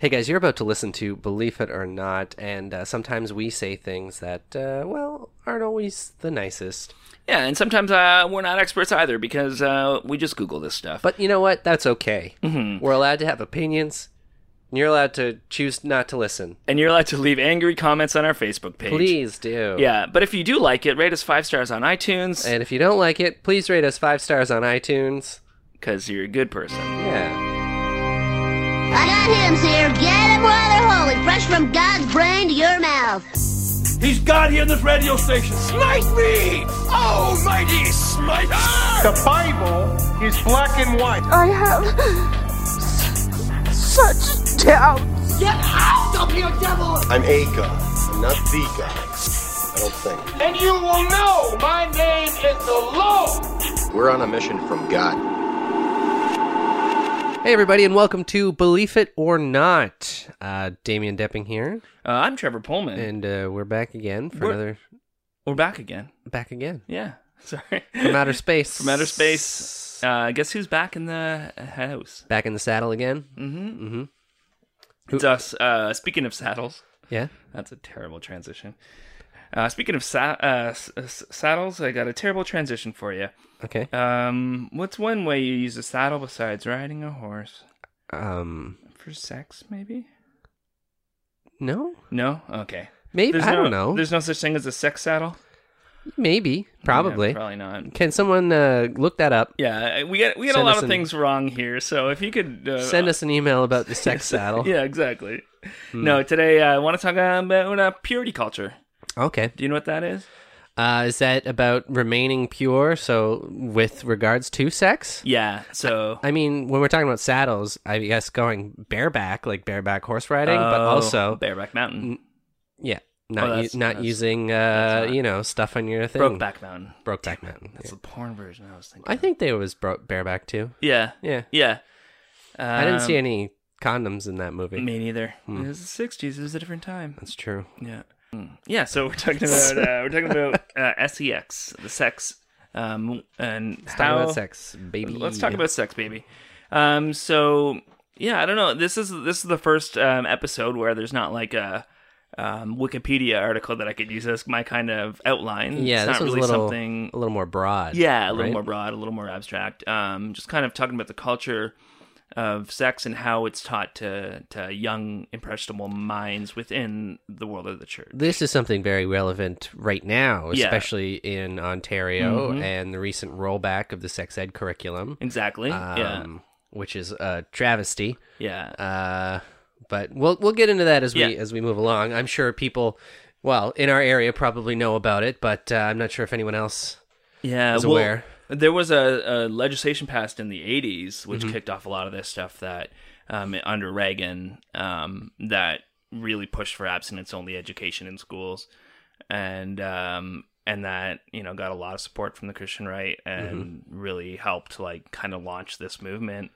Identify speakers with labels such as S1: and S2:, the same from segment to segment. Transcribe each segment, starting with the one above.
S1: Hey guys, you're about to listen to Believe It or Not, and uh, sometimes we say things that, uh, well, aren't always the nicest.
S2: Yeah, and sometimes uh, we're not experts either because uh, we just Google this stuff.
S1: But you know what? That's okay.
S2: Mm-hmm.
S1: We're allowed to have opinions, and you're allowed to choose not to listen.
S2: and you're allowed to leave angry comments on our Facebook page.
S1: Please do.
S2: Yeah, but if you do like it, rate us five stars on iTunes
S1: And if you don't like it, please rate us five stars on iTunes.
S2: because you're a good person.
S1: Yeah.
S3: I got him, here. Get him while they're holy, fresh from God's brain to your mouth.
S4: He's God here in this radio station. Smite me! Oh, mighty smiter!
S5: The Bible is black and white.
S6: I have such doubts.
S4: Get out of here, devil!
S7: I'm a god, I'm not the god. I don't think.
S4: And you will know my name is the Lord!
S7: We're on a mission from God.
S1: Hey everybody, and welcome to Believe It or Not. Uh, Damien Depping here,
S2: Uh, I'm Trevor Pullman.
S1: and uh, we're back again for
S2: We're-
S1: another.
S2: we're back again.
S1: Back again
S2: Yeah, sorry.
S1: from outer space.
S2: From outer space. Uh, guess who's back in the house?
S1: Back in the saddle again.
S2: Mm-hmm. It's us. Uh, speaking of saddles,
S1: Yeah.
S2: that's a terrible transition. Uh, speaking of sa- uh, s- s- saddles, I got a terrible transition for you.
S1: Okay.
S2: Um, what's one way you use a saddle besides riding a horse?
S1: Um.
S2: For sex, maybe?
S1: No.
S2: No? Okay.
S1: Maybe
S2: There's
S1: I
S2: no,
S1: don't know.
S2: There's no such thing as a sex saddle.
S1: Maybe. Probably.
S2: Yeah, probably not.
S1: Can someone uh, look that up?
S2: Yeah, we get we get
S1: Send
S2: a lot
S1: us
S2: of
S1: an-
S2: things wrong here. So if you could uh,
S1: Send us an email about the sex saddle. Hmm.
S2: yeah, exactly. No, today uh, I want to talk about uh, purity culture.
S1: Okay.
S2: Do you know what that is?
S1: Uh, is that about remaining pure? So, with regards to sex?
S2: Yeah. So
S1: I mean, when we're talking about saddles, I guess going bareback, like bareback horse riding, but
S2: Oh,
S1: also, Mm,
S2: bareback mountain,
S1: yeah, not u-
S2: that's-
S1: not
S2: that's-
S1: using uh, you know stuff on your thing.
S2: brokeback mountain.
S1: Brokeback Mountain. yeah.
S2: That's the porn version. I was thinking.
S1: I think they was bro- bareback too.
S2: yeah.
S1: Yeah.
S2: Yeah.
S1: I didn't see Hmm.
S2: Um,
S1: any condoms in that movie.
S2: Me neither. It was the sixties. It was a different time.
S1: That's true.
S2: Yeah. Hmm. Yeah. So we're talking about uh, we're talking about uh, sex, the sex, um, and
S1: Talk
S2: how
S1: about sex, baby.
S2: Let's talk about sex, baby. Um, so yeah, I don't know. This is this is the first um, episode where there's not like a um, Wikipedia article that I could use as my kind of outline.
S1: Yeah,
S2: it's
S1: this
S2: not
S1: was
S2: really
S1: a little
S2: something.
S1: a little more broad.
S2: Yeah, a little
S1: right?
S2: more broad, a little more abstract. Um, just kind of talking about the culture of sex and how it's taught to to young impressionable minds within the world of the church.
S1: This is something very relevant right now,
S2: Yeah. Mm-hmm.
S1: especially in Ontario and the recent rollback of the sex ed curriculum,
S2: Exactly. yeah.
S1: um, which is a travesty.
S2: Yeah.
S1: Uh, but we'll we'll get into that as we
S2: Yeah.
S1: as we move along. I'm sure people, well, in our area probably know about it, but uh, I'm not sure if anyone else.
S2: yeah,
S1: is
S2: well,
S1: aware.
S2: There was a, a legislation passed in the '80s,
S1: Mm-hmm.
S2: which kicked off a lot of this stuff that um, under Reagan um, that really pushed for abstinence-only education in schools, and um, and that you know got a lot of support from the Christian right and
S1: Mm-hmm.
S2: really helped like kind of launch this movement.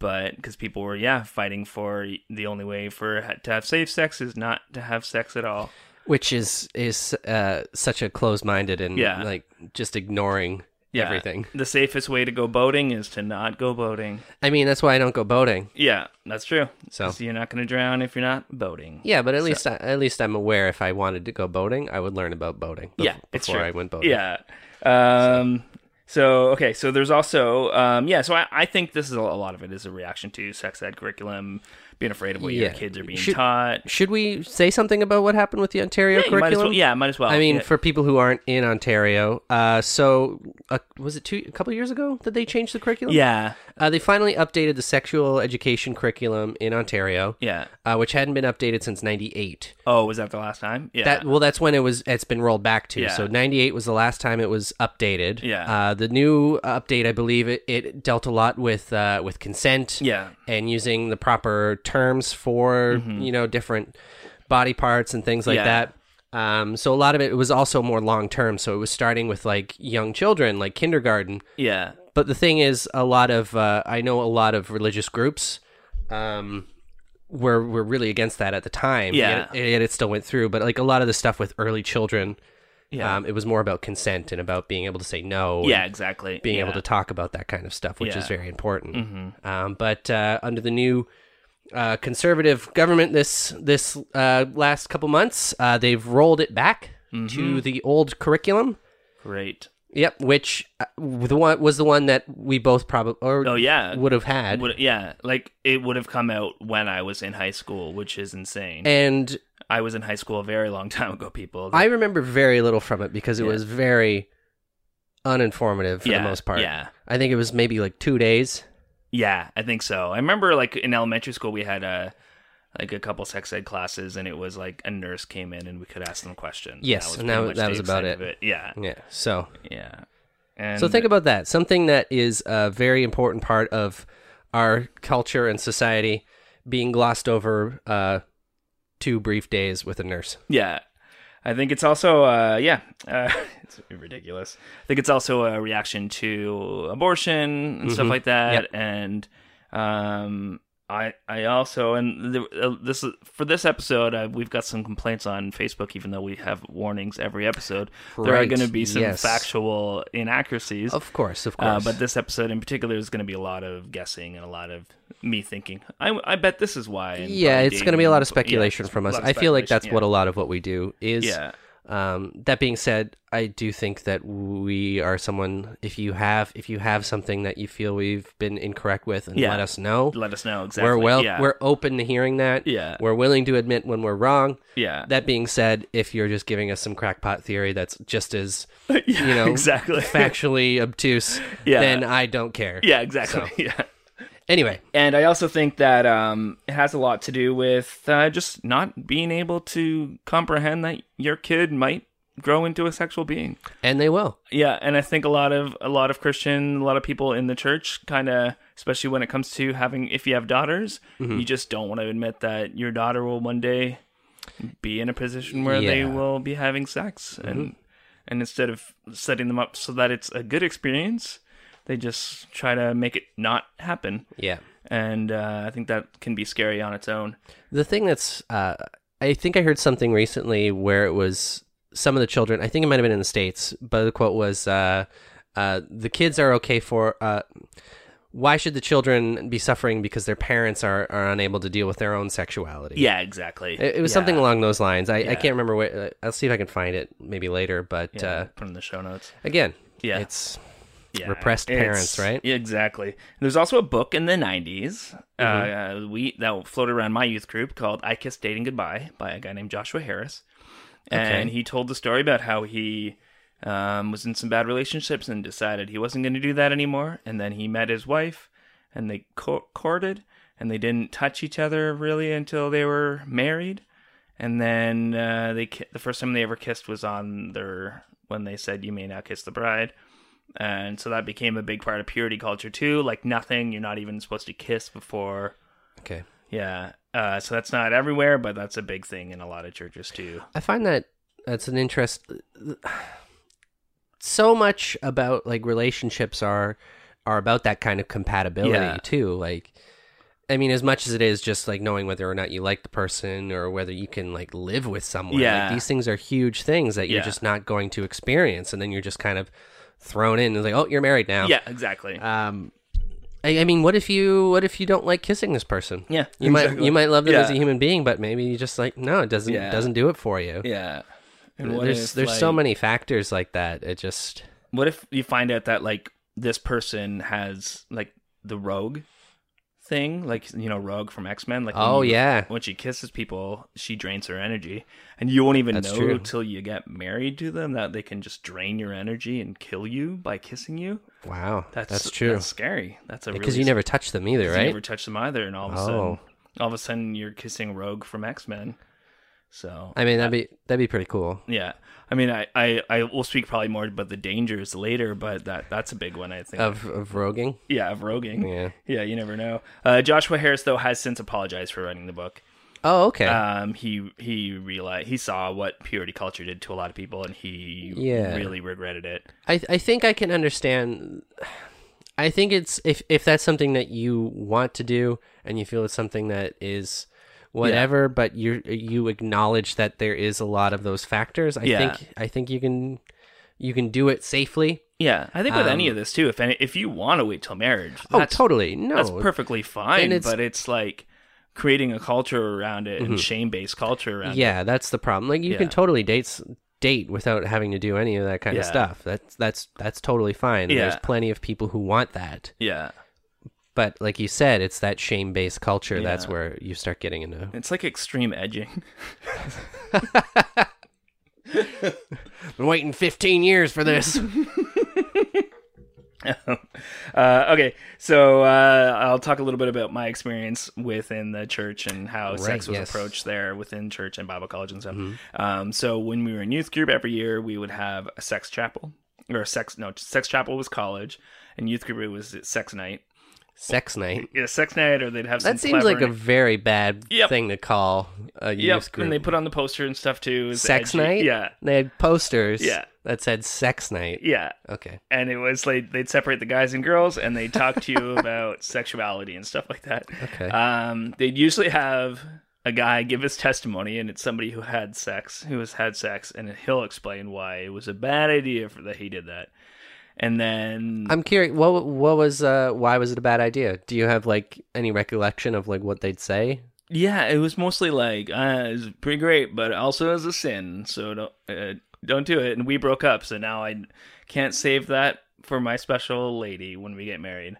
S2: But because people were yeah fighting for the only way for to have safe sex is not to have sex at all.
S1: Which is is uh, such a closed-minded and
S2: Yeah.
S1: like just ignoring
S2: Yeah.
S1: everything.
S2: The safest way to go boating is to not go boating.
S1: I mean, that's why I don't go boating.
S2: Yeah, that's true.
S1: So-
S2: 'Cause you're not going to drown if you're not boating.
S1: Yeah, but at least I, at least I'm aware. If I wanted to go boating, I would learn about boating. bef-
S2: yeah,
S1: before
S2: it's true.
S1: I went boating.
S2: Yeah. Um. So okay, so there's also um. Yeah. So I, I think this is a, a lot of it is a reaction to sex ed curriculum, being afraid of what your
S1: Yeah.
S2: kids are being
S1: Should-
S2: taught.
S1: Should we say something about what happened with the Ontario
S2: Yeah, you
S1: curriculum?
S2: might as well, yeah, might as well.
S1: I mean,
S2: Yeah.
S1: for people who aren't in Ontario, uh, so uh, was it two a couple years ago that they changed the curriculum?
S2: yeah,
S1: uh, they finally updated the sexual education curriculum in Ontario,
S2: yeah.
S1: uh, which hadn't been updated since '98.
S2: Oh, was that the last time? Yeah.
S1: That well, that's when it was. It's been rolled back to.
S2: Yeah.
S1: So '98 was the last time it was updated.
S2: Yeah.
S1: Uh, the new update, I believe, it, it dealt a lot with uh, with consent.
S2: Yeah. Mm-hmm.
S1: And using the proper terms for you know different body parts and things like
S2: Yeah.
S1: that. Um, so a lot of it was also more long term. So it was starting with like young children, like kindergarten.
S2: yeah.
S1: But the thing is, a lot of uh, I know a lot of religious groups um, were were really against that at the time.
S2: Yeah.
S1: yet, yet it still went through. But like a lot of the stuff with early children,
S2: Yeah.
S1: um, it was more about consent and about being able to say no. and
S2: Yeah. Exactly.
S1: being
S2: Yeah. Mm-hmm.
S1: able to talk about that kind of stuff, which
S2: Yeah.
S1: is very important. Um, but uh, under the new uh, conservative government this this uh, last couple months. Uh, they've rolled it back
S2: Mm-hmm.
S1: to the old curriculum.
S2: Great.
S1: Yep, which uh, the one was the one that we both probably or
S2: Oh, yeah.
S1: would have had.
S2: Would, yeah, like it would have come out when I was in high school, which is insane.
S1: and
S2: I was in high school a very long time ago, people.
S1: I remember very little from it because it was very uninformative for
S2: yeah,
S1: the most part.
S2: Yeah.
S1: I think it was maybe like two days.
S2: Yeah, I think so. I remember like in elementary school we had a like a couple sex ed classes and it was like a nurse came in and we could ask them questions.
S1: Yes, and that was-
S2: pretty much
S1: that
S2: the
S1: was about
S2: extent
S1: it.
S2: of Yeah.
S1: Yeah. So
S2: Yeah. And
S1: so think about that. Something that is a very important part of our culture and society being glossed over uh, two brief days with a nurse.
S2: Yeah. I think it's also, uh, yeah, uh, it's ridiculous. I think it's also a reaction to abortion and stuff
S1: Mm-hmm.
S2: like that. And um, I, I also, and the, uh, this is- for this episode, uh, we've got some complaints on Facebook, even though we have warnings every episode. There are
S1: Right,
S2: going to be some
S1: yes.
S2: factual inaccuracies.
S1: Of course, of
S2: Uh,
S1: course.
S2: but this episode in particular is going to be a lot of guessing and a lot of me thinking. I, I bet this is why. and
S1: yeah,
S2: probably
S1: it's going to
S2: dating,
S1: be a lot of
S2: but- yeah,
S1: speculation
S2: it's
S1: from
S2: a
S1: us.
S2: lot of
S1: I feel like that's
S2: speculation,
S1: what a lot of what we do is.
S2: yeah. Yeah.
S1: Um, that being said, I do think that we are someone. If you have, if you have something that you feel we've been incorrect with, and
S2: Yeah.
S1: let us know.
S2: let us know exactly.
S1: We're well.
S2: yeah.
S1: We're open to hearing that.
S2: Yeah.
S1: We're willing to admit when we're wrong.
S2: yeah,
S1: That being said, if you're just giving us some crackpot theory that's just as you know
S2: exactly.
S1: factually obtuse,
S2: Yeah.
S1: then I don't care.
S2: yeah, exactly. Yeah,
S1: Anyway,
S2: and I also think that um, it has a lot to do with uh, just not being able to comprehend that your kid might grow into a sexual being.
S1: and they will.
S2: Yeah, and I think a lot of a lot of Christian, a lot of people in the church, kind of, especially when it comes to having, if you have daughters,
S1: Mm-hmm.
S2: you just don't want to admit that your daughter will one day be in a position where they
S1: Yeah. Mm-hmm.
S2: will be having sex, and and instead of setting them up so that it's a good experience, they just try to make it not happen,
S1: Yeah.
S2: and uh, I think that can be scary on its own.
S1: The thing that's, uh, I think I heard something recently where it was some of the children. I think it might have been in the states, but the quote was, uh, uh, "The kids are okay for. Uh, why should the children be suffering because their parents are, are unable to deal with their own sexuality?"
S2: Yeah, exactly.
S1: It, it was something
S2: Yeah.
S1: along those lines. I, I can't remember. Where, uh, I'll see if I can find it maybe later. But
S2: Yeah,
S1: uh,
S2: put in the show notes.
S1: again,
S2: Yeah.
S1: it's
S2: Yeah,
S1: repressed
S2: it's-
S1: parents, right?
S2: Yeah, exactly. There's also a book in the '90s
S1: Uh-huh.
S2: uh, we that floated around my youth group called "I Kissed Dating Goodbye" by a guy named Joshua Harris, and
S1: Okay.
S2: he told the story about how he um, was in some bad relationships and decided he wasn't going to do that anymore, and then he met his wife, and they co- courted, and they didn't touch each other really until they were married, and then uh, they ki- the first time they ever kissed was on their when they said you may now kiss the bride and so that became a big part of purity culture too like nothing you're not even supposed to kiss before
S1: okay.
S2: yeah uh, so that's not everywhere but that's a big thing in a lot of churches too
S1: I find that that's an interest. So much about like relationships are are about that kind of compatibility
S2: Yeah.
S1: too. Like, I mean, as much as it is just like knowing whether or not you like the person or whether you can like live with someone. like,
S2: Yeah.
S1: these things are huge things that you're
S2: Yeah.
S1: just not going to experience, and then you're just kind of thrown in and like, oh, you're married now.
S2: yeah exactly
S1: Um, I, I mean, what if you what if you don't like kissing this person?
S2: Yeah,
S1: you might
S2: exactly.
S1: you might love them
S2: Yeah.
S1: as a human being, but maybe you just like no, it doesn't
S2: Yeah.
S1: doesn't do it for you.
S2: yeah and what
S1: There's
S2: if,
S1: there's so
S2: like-
S1: many factors like that. It just
S2: what if you find out that like this person has like the rogue thing like you know rogue from x-men like when
S1: Oh,
S2: you-
S1: yeah.
S2: when she kisses people she drains her energy and you won't even
S1: That's
S2: know
S1: true.
S2: till you get married to them that they can just drain your energy and kill you by kissing you
S1: wow,
S2: That's
S1: that's true.
S2: That's scary. That's a
S1: Because
S2: really
S1: you never touch them either,
S2: you
S1: right?
S2: never touch them either, and all of a
S1: Oh.
S2: sudden, all of a sudden, you're kissing Rogue from X Men. So
S1: I mean, that'd be that'd be pretty cool.
S2: yeah, I mean, I, I I will speak probably more about the dangers later, but that that's a big one. I think.
S1: Of of roguing,
S2: yeah, of roguing.
S1: Oh. yeah.
S2: yeah. You never know. Uh, Joshua Harris though has since apologized for writing the book.
S1: Oh, okay.
S2: Um, he he realized he saw what purity culture did to a lot of people, and he
S1: Yeah.
S2: really regretted it.
S1: I I think I can understand. I think it's if if that's something that you want to do and you feel it's something that is whatever, but you you acknowledge that there is a lot of those factors. I
S2: Yeah.
S1: think I think you can you can do it safely.
S2: Yeah, I think with any
S1: Um,
S2: of this too, if any, if you want to wait till marriage,
S1: Oh,
S2: that's
S1: totally no,
S2: that's perfectly fine
S1: And it's- Mm-hmm.
S2: but it's like creating a culture around it and shame based culture around it.
S1: Yeah, that's the problem. Like you
S2: Yeah.
S1: can totally date s- date without having to do any of that kind of
S2: Yeah.
S1: stuff. That's that's that's totally fine.
S2: Yeah.
S1: There's plenty of people who want that.
S2: Yeah.
S1: But like you said, it's that shame based culture that's
S2: Yeah.
S1: where you start getting into
S2: It's like extreme edging.
S1: been waiting fifteen years for this.
S2: Uh, okay, so uh, I'll talk a little bit about my experience within the church and how sex was
S1: yes. Mm-hmm.
S2: approached there within church and Bible college and stuff. Um, so when we were in youth group every year, we would have a sex chapel or a sex no sex chapel was college and youth group it was sex night.
S1: Sex night.
S2: Yeah, sex night, or they'd have some
S1: That seems like a
S2: clever-
S1: very bad
S2: Yep.
S1: thing to call a youth
S2: yep,
S1: group.
S2: and they put on the poster and stuff too. It was
S1: sex
S2: edgy.
S1: night.
S2: yeah,
S1: They had posters.
S2: Yeah.
S1: That said sex night.
S2: yeah.
S1: Okay.
S2: and it was like they'd separate the guys and girls and they talk to you about sexuality and stuff like that.
S1: Okay.
S2: Um, they'd usually have a guy give his testimony, and it's somebody who had sex, who has had sex, and he'll explain why it was a bad idea for that he did that. And then
S1: I'm curious. What what was uh why was it a bad idea? Do you have like any recollection of like what they'd say?
S2: yeah, it was mostly like uh, it's pretty great, but also is a sin, so don't uh, don't do it. And we broke up, so now I can't save that for my special lady when we get married.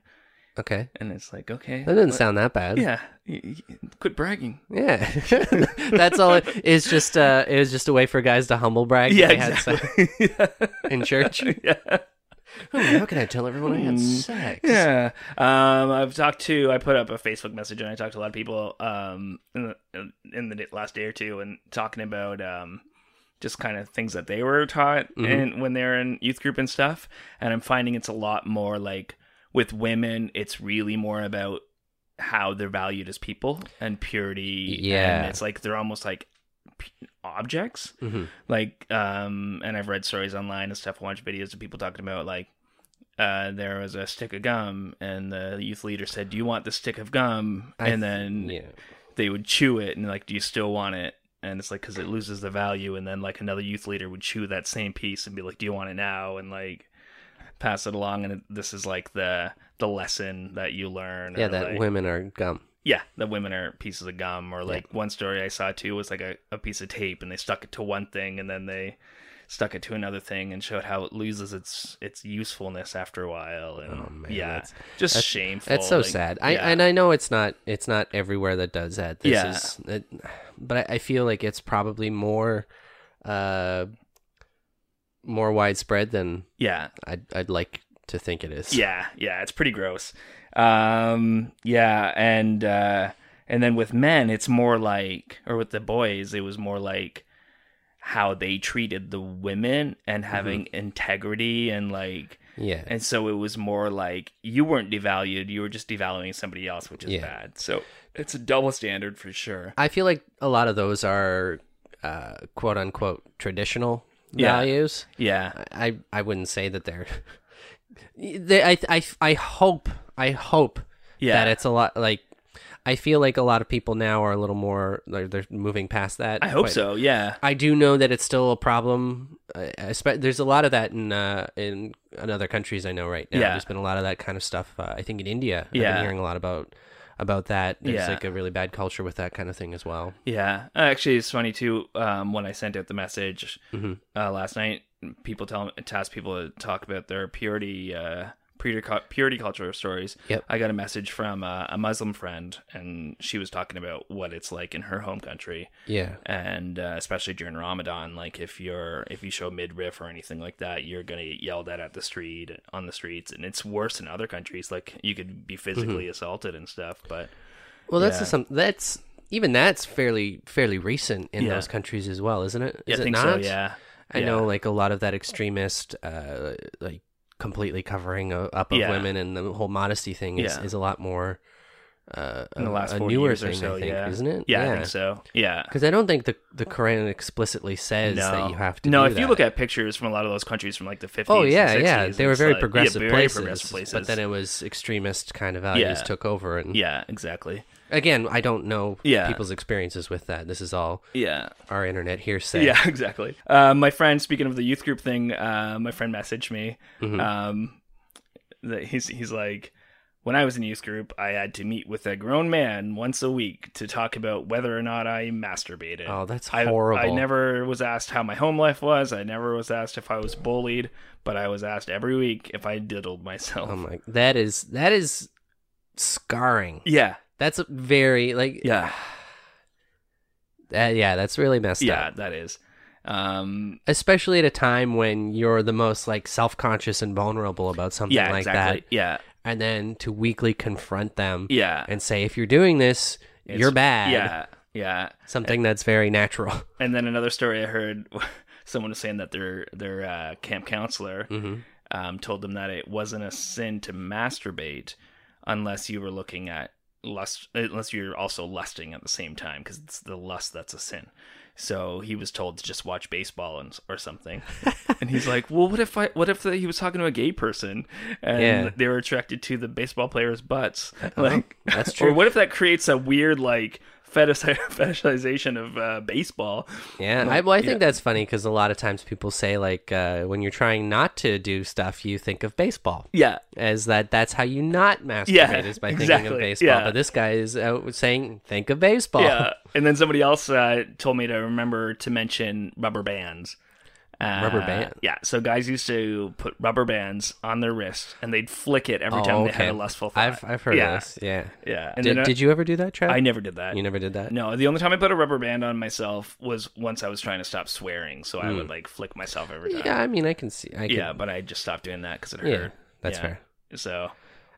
S1: Okay,
S2: And it's like okay,
S1: that didn't
S2: what-
S1: sound that bad.
S2: Yeah, y- y- quit bragging.
S1: yeah. That's all. It, it's just uh, it was just a way for guys to humble brag. that
S2: Yeah,
S1: they had sex
S2: exactly.
S1: in church.
S2: yeah. Mm.
S1: Oh, how can I tell everyone I had sex?
S2: Yeah. Um, I've talked to, I put up a Facebook message and I talked to a lot of people um, in, the, in the last day or two and talking about um, just kind of things that they were taught and when they were in youth group and stuff. And I'm finding it's a lot more like with women, it's really more about how they're valued as people and purity.
S1: Yeah.
S2: And it's like they're almost like p- objects like um and i've read stories online and stuff watched videos of people talking about like uh, there was a stick of gum, and the youth leader said, "Do you want the stick of gum?"
S1: I
S2: and
S1: th-
S2: then
S1: Yeah.
S2: they would chew it, and like, "Do you still want it?" And it's like because it loses the value, and then like another youth leader would chew that same piece and be like, "Do you want it now?" and like pass it along, and it, this is like the the lesson that you learn.
S1: Yeah,
S2: or,
S1: that
S2: like-
S1: women are gum.
S2: yeah, the women are pieces of gum, or like one story I saw too was like a, a piece of tape, and they stuck it to one thing, and then they stuck it to another thing, and showed how it loses its its usefulness after a while. And
S1: Oh, man,
S2: yeah,
S1: that's-
S2: just shameful.
S1: That's so
S2: like,
S1: sad. I
S2: yeah.
S1: and I know it's not it's not everywhere that does that. This
S2: Yeah.
S1: is it, but I, I feel like it's probably more uh more widespread than
S2: yeah,
S1: I'd I'd like to think it is.
S2: yeah, yeah. It's pretty gross. Um, yeah, and uh, and then with men, it's more like, or with the boys, it was more like how they treated the women and
S1: Mm-hmm.
S2: having integrity and like
S1: Yeah.
S2: And so it was more like you weren't devalued, you were just devaluing somebody else, which is
S1: Yeah.
S2: bad. So it's a double standard for sure.
S1: I feel like a lot of those are uh quote unquote traditional
S2: Yeah.
S1: values.
S2: Yeah.
S1: I I wouldn't say that they're they I I I hope I hope
S2: Yeah.
S1: that it's a lot like I feel like a lot of people now are a little more they're, they're moving past that.
S2: I hope
S1: but
S2: so. Yeah.
S1: I do know that it's still a problem. I, I spe- there's a lot of that in uh, in, in other countries I know right now.
S2: Yeah.
S1: There's been a lot of that kind of stuff. Uh, I think in India, I've
S2: Yeah.
S1: been hearing a lot about about that. There's
S2: Yeah.
S1: like a really bad culture with that kind of thing as well.
S2: Yeah. Uh, Actually, it's funny too. Um, when I sent out the message
S1: Mm-hmm.
S2: uh, last night, people tell task people to talk about their purity, uh, purity, cu- purity culture stories.
S1: Yep.
S2: I got a message from uh, a Muslim friend, and she was talking about what it's like in her home country.
S1: Yeah.
S2: and uh, especially during Ramadan, like if you're if you show midriff or anything like that, you're gonna get yelled at at the street on the streets, and it's worse in other countries. Like you could
S1: Mm-hmm.
S2: be physically assaulted and stuff. But
S1: Well, that's
S2: Yeah.
S1: the some that's even that's fairly fairly recent in
S2: Yeah.
S1: those countries as well, isn't it? Is
S2: yeah,
S1: it
S2: I think
S1: not?
S2: so. Yeah,
S1: I
S2: Yeah.
S1: know like a lot of that extremist uh like completely covering o- up of
S2: Yeah.
S1: women and the whole modesty thing is,
S2: Yeah.
S1: is a lot more uh
S2: in the
S1: a-
S2: last
S1: a
S2: four
S1: newer
S2: years
S1: thing,
S2: or so,
S1: I think,
S2: yeah,
S1: isn't it?
S2: Yeah, I think so. Yeah.
S1: Cuz I don't think the the Quran explicitly says
S2: No.
S1: that you have to
S2: no,
S1: do
S2: if you look
S1: that.
S2: at pictures from a lot of those countries from like the 50s,
S1: Oh yeah,
S2: and 60s,
S1: yeah, they were
S2: it's
S1: very,
S2: like- yeah,
S1: progressive,
S2: very
S1: places,
S2: progressive places.
S1: but then it was extremist kind of values
S2: Yeah.
S1: took over and
S2: yeah, exactly.
S1: again, I don't know
S2: Yeah.
S1: people's experiences with that. This is all
S2: Yeah,
S1: our internet hearsay.
S2: Yeah, exactly. Uh, my friend, speaking of the youth group
S1: Mm-hmm.
S2: thing, uh, my friend messaged me. Um, that he's he's like, When I was in youth group, I had to meet with a grown man once a week to talk about whether or not I masturbated.
S1: Oh, that's
S2: I-
S1: horrible.
S2: I never was asked how my home life was. I never was asked if I was bullied, but I was asked every week if I diddled myself.
S1: Oh my, that is that is scarring.
S2: yeah,
S1: That's a very like
S2: yeah,
S1: that- yeah, that's really messed
S2: yeah.
S1: up.
S2: That is. Um,
S1: Especially at a time when you're the most like self-conscious and vulnerable about something
S2: yeah,
S1: like
S2: exactly.
S1: that
S2: Yeah,
S1: and then to weekly confront them
S2: yeah.
S1: and say if you're doing this,
S2: It's-
S1: you're bad.
S2: Yeah, yeah.
S1: Something that's very natural.
S2: And then another story I heard, someone was saying that their their uh, camp counselor
S1: Mm. Mm-hmm.
S2: um, told them that it wasn't a sin to masturbate unless you were looking at lust, unless you're also lusting at the same time, because it's the lust that's a sin. So he was told to just watch baseball and, or something, and he's like, "Well, what if I? What if he was talking to a gay person and
S1: Yeah. Uh-huh.
S2: they were attracted to the baseball players' butts? Like,
S1: that's
S2: Or
S1: true.
S2: what if that creates a weird like fetish- fetishization of uh, baseball?
S1: Yeah, I, well, I think that's funny because a lot of times people say like uh, when you're trying not to do stuff, you think of baseball.
S2: Yeah,
S1: As that, that's how you not masturbate
S2: Yeah,
S1: is by thinking
S2: exactly,
S1: of baseball.
S2: yeah.
S1: But this guy is out saying, "Think of baseball."
S2: yeah. And then somebody else uh, told me to remember to mention rubber bands. Uh,
S1: Rubber band?
S2: Yeah. So guys used to put rubber bands on their wrists and they'd flick it every time they had a lustful thought.
S1: Oh, I've I've heard
S2: yeah.
S1: this. Yeah.
S2: Yeah. And
S1: did,
S2: then, uh,
S1: did you ever do that, Trav?
S2: I never did that.
S1: You never did that.
S2: No, the only time I put a rubber band on myself was once I was trying to stop swearing, so I would like flick myself every time.
S1: Hmm. Yeah, I mean, I can see. I can,
S2: Yeah, but I just stopped doing that because it hurt.
S1: yeah, that's
S2: Yeah.
S1: fair.
S2: So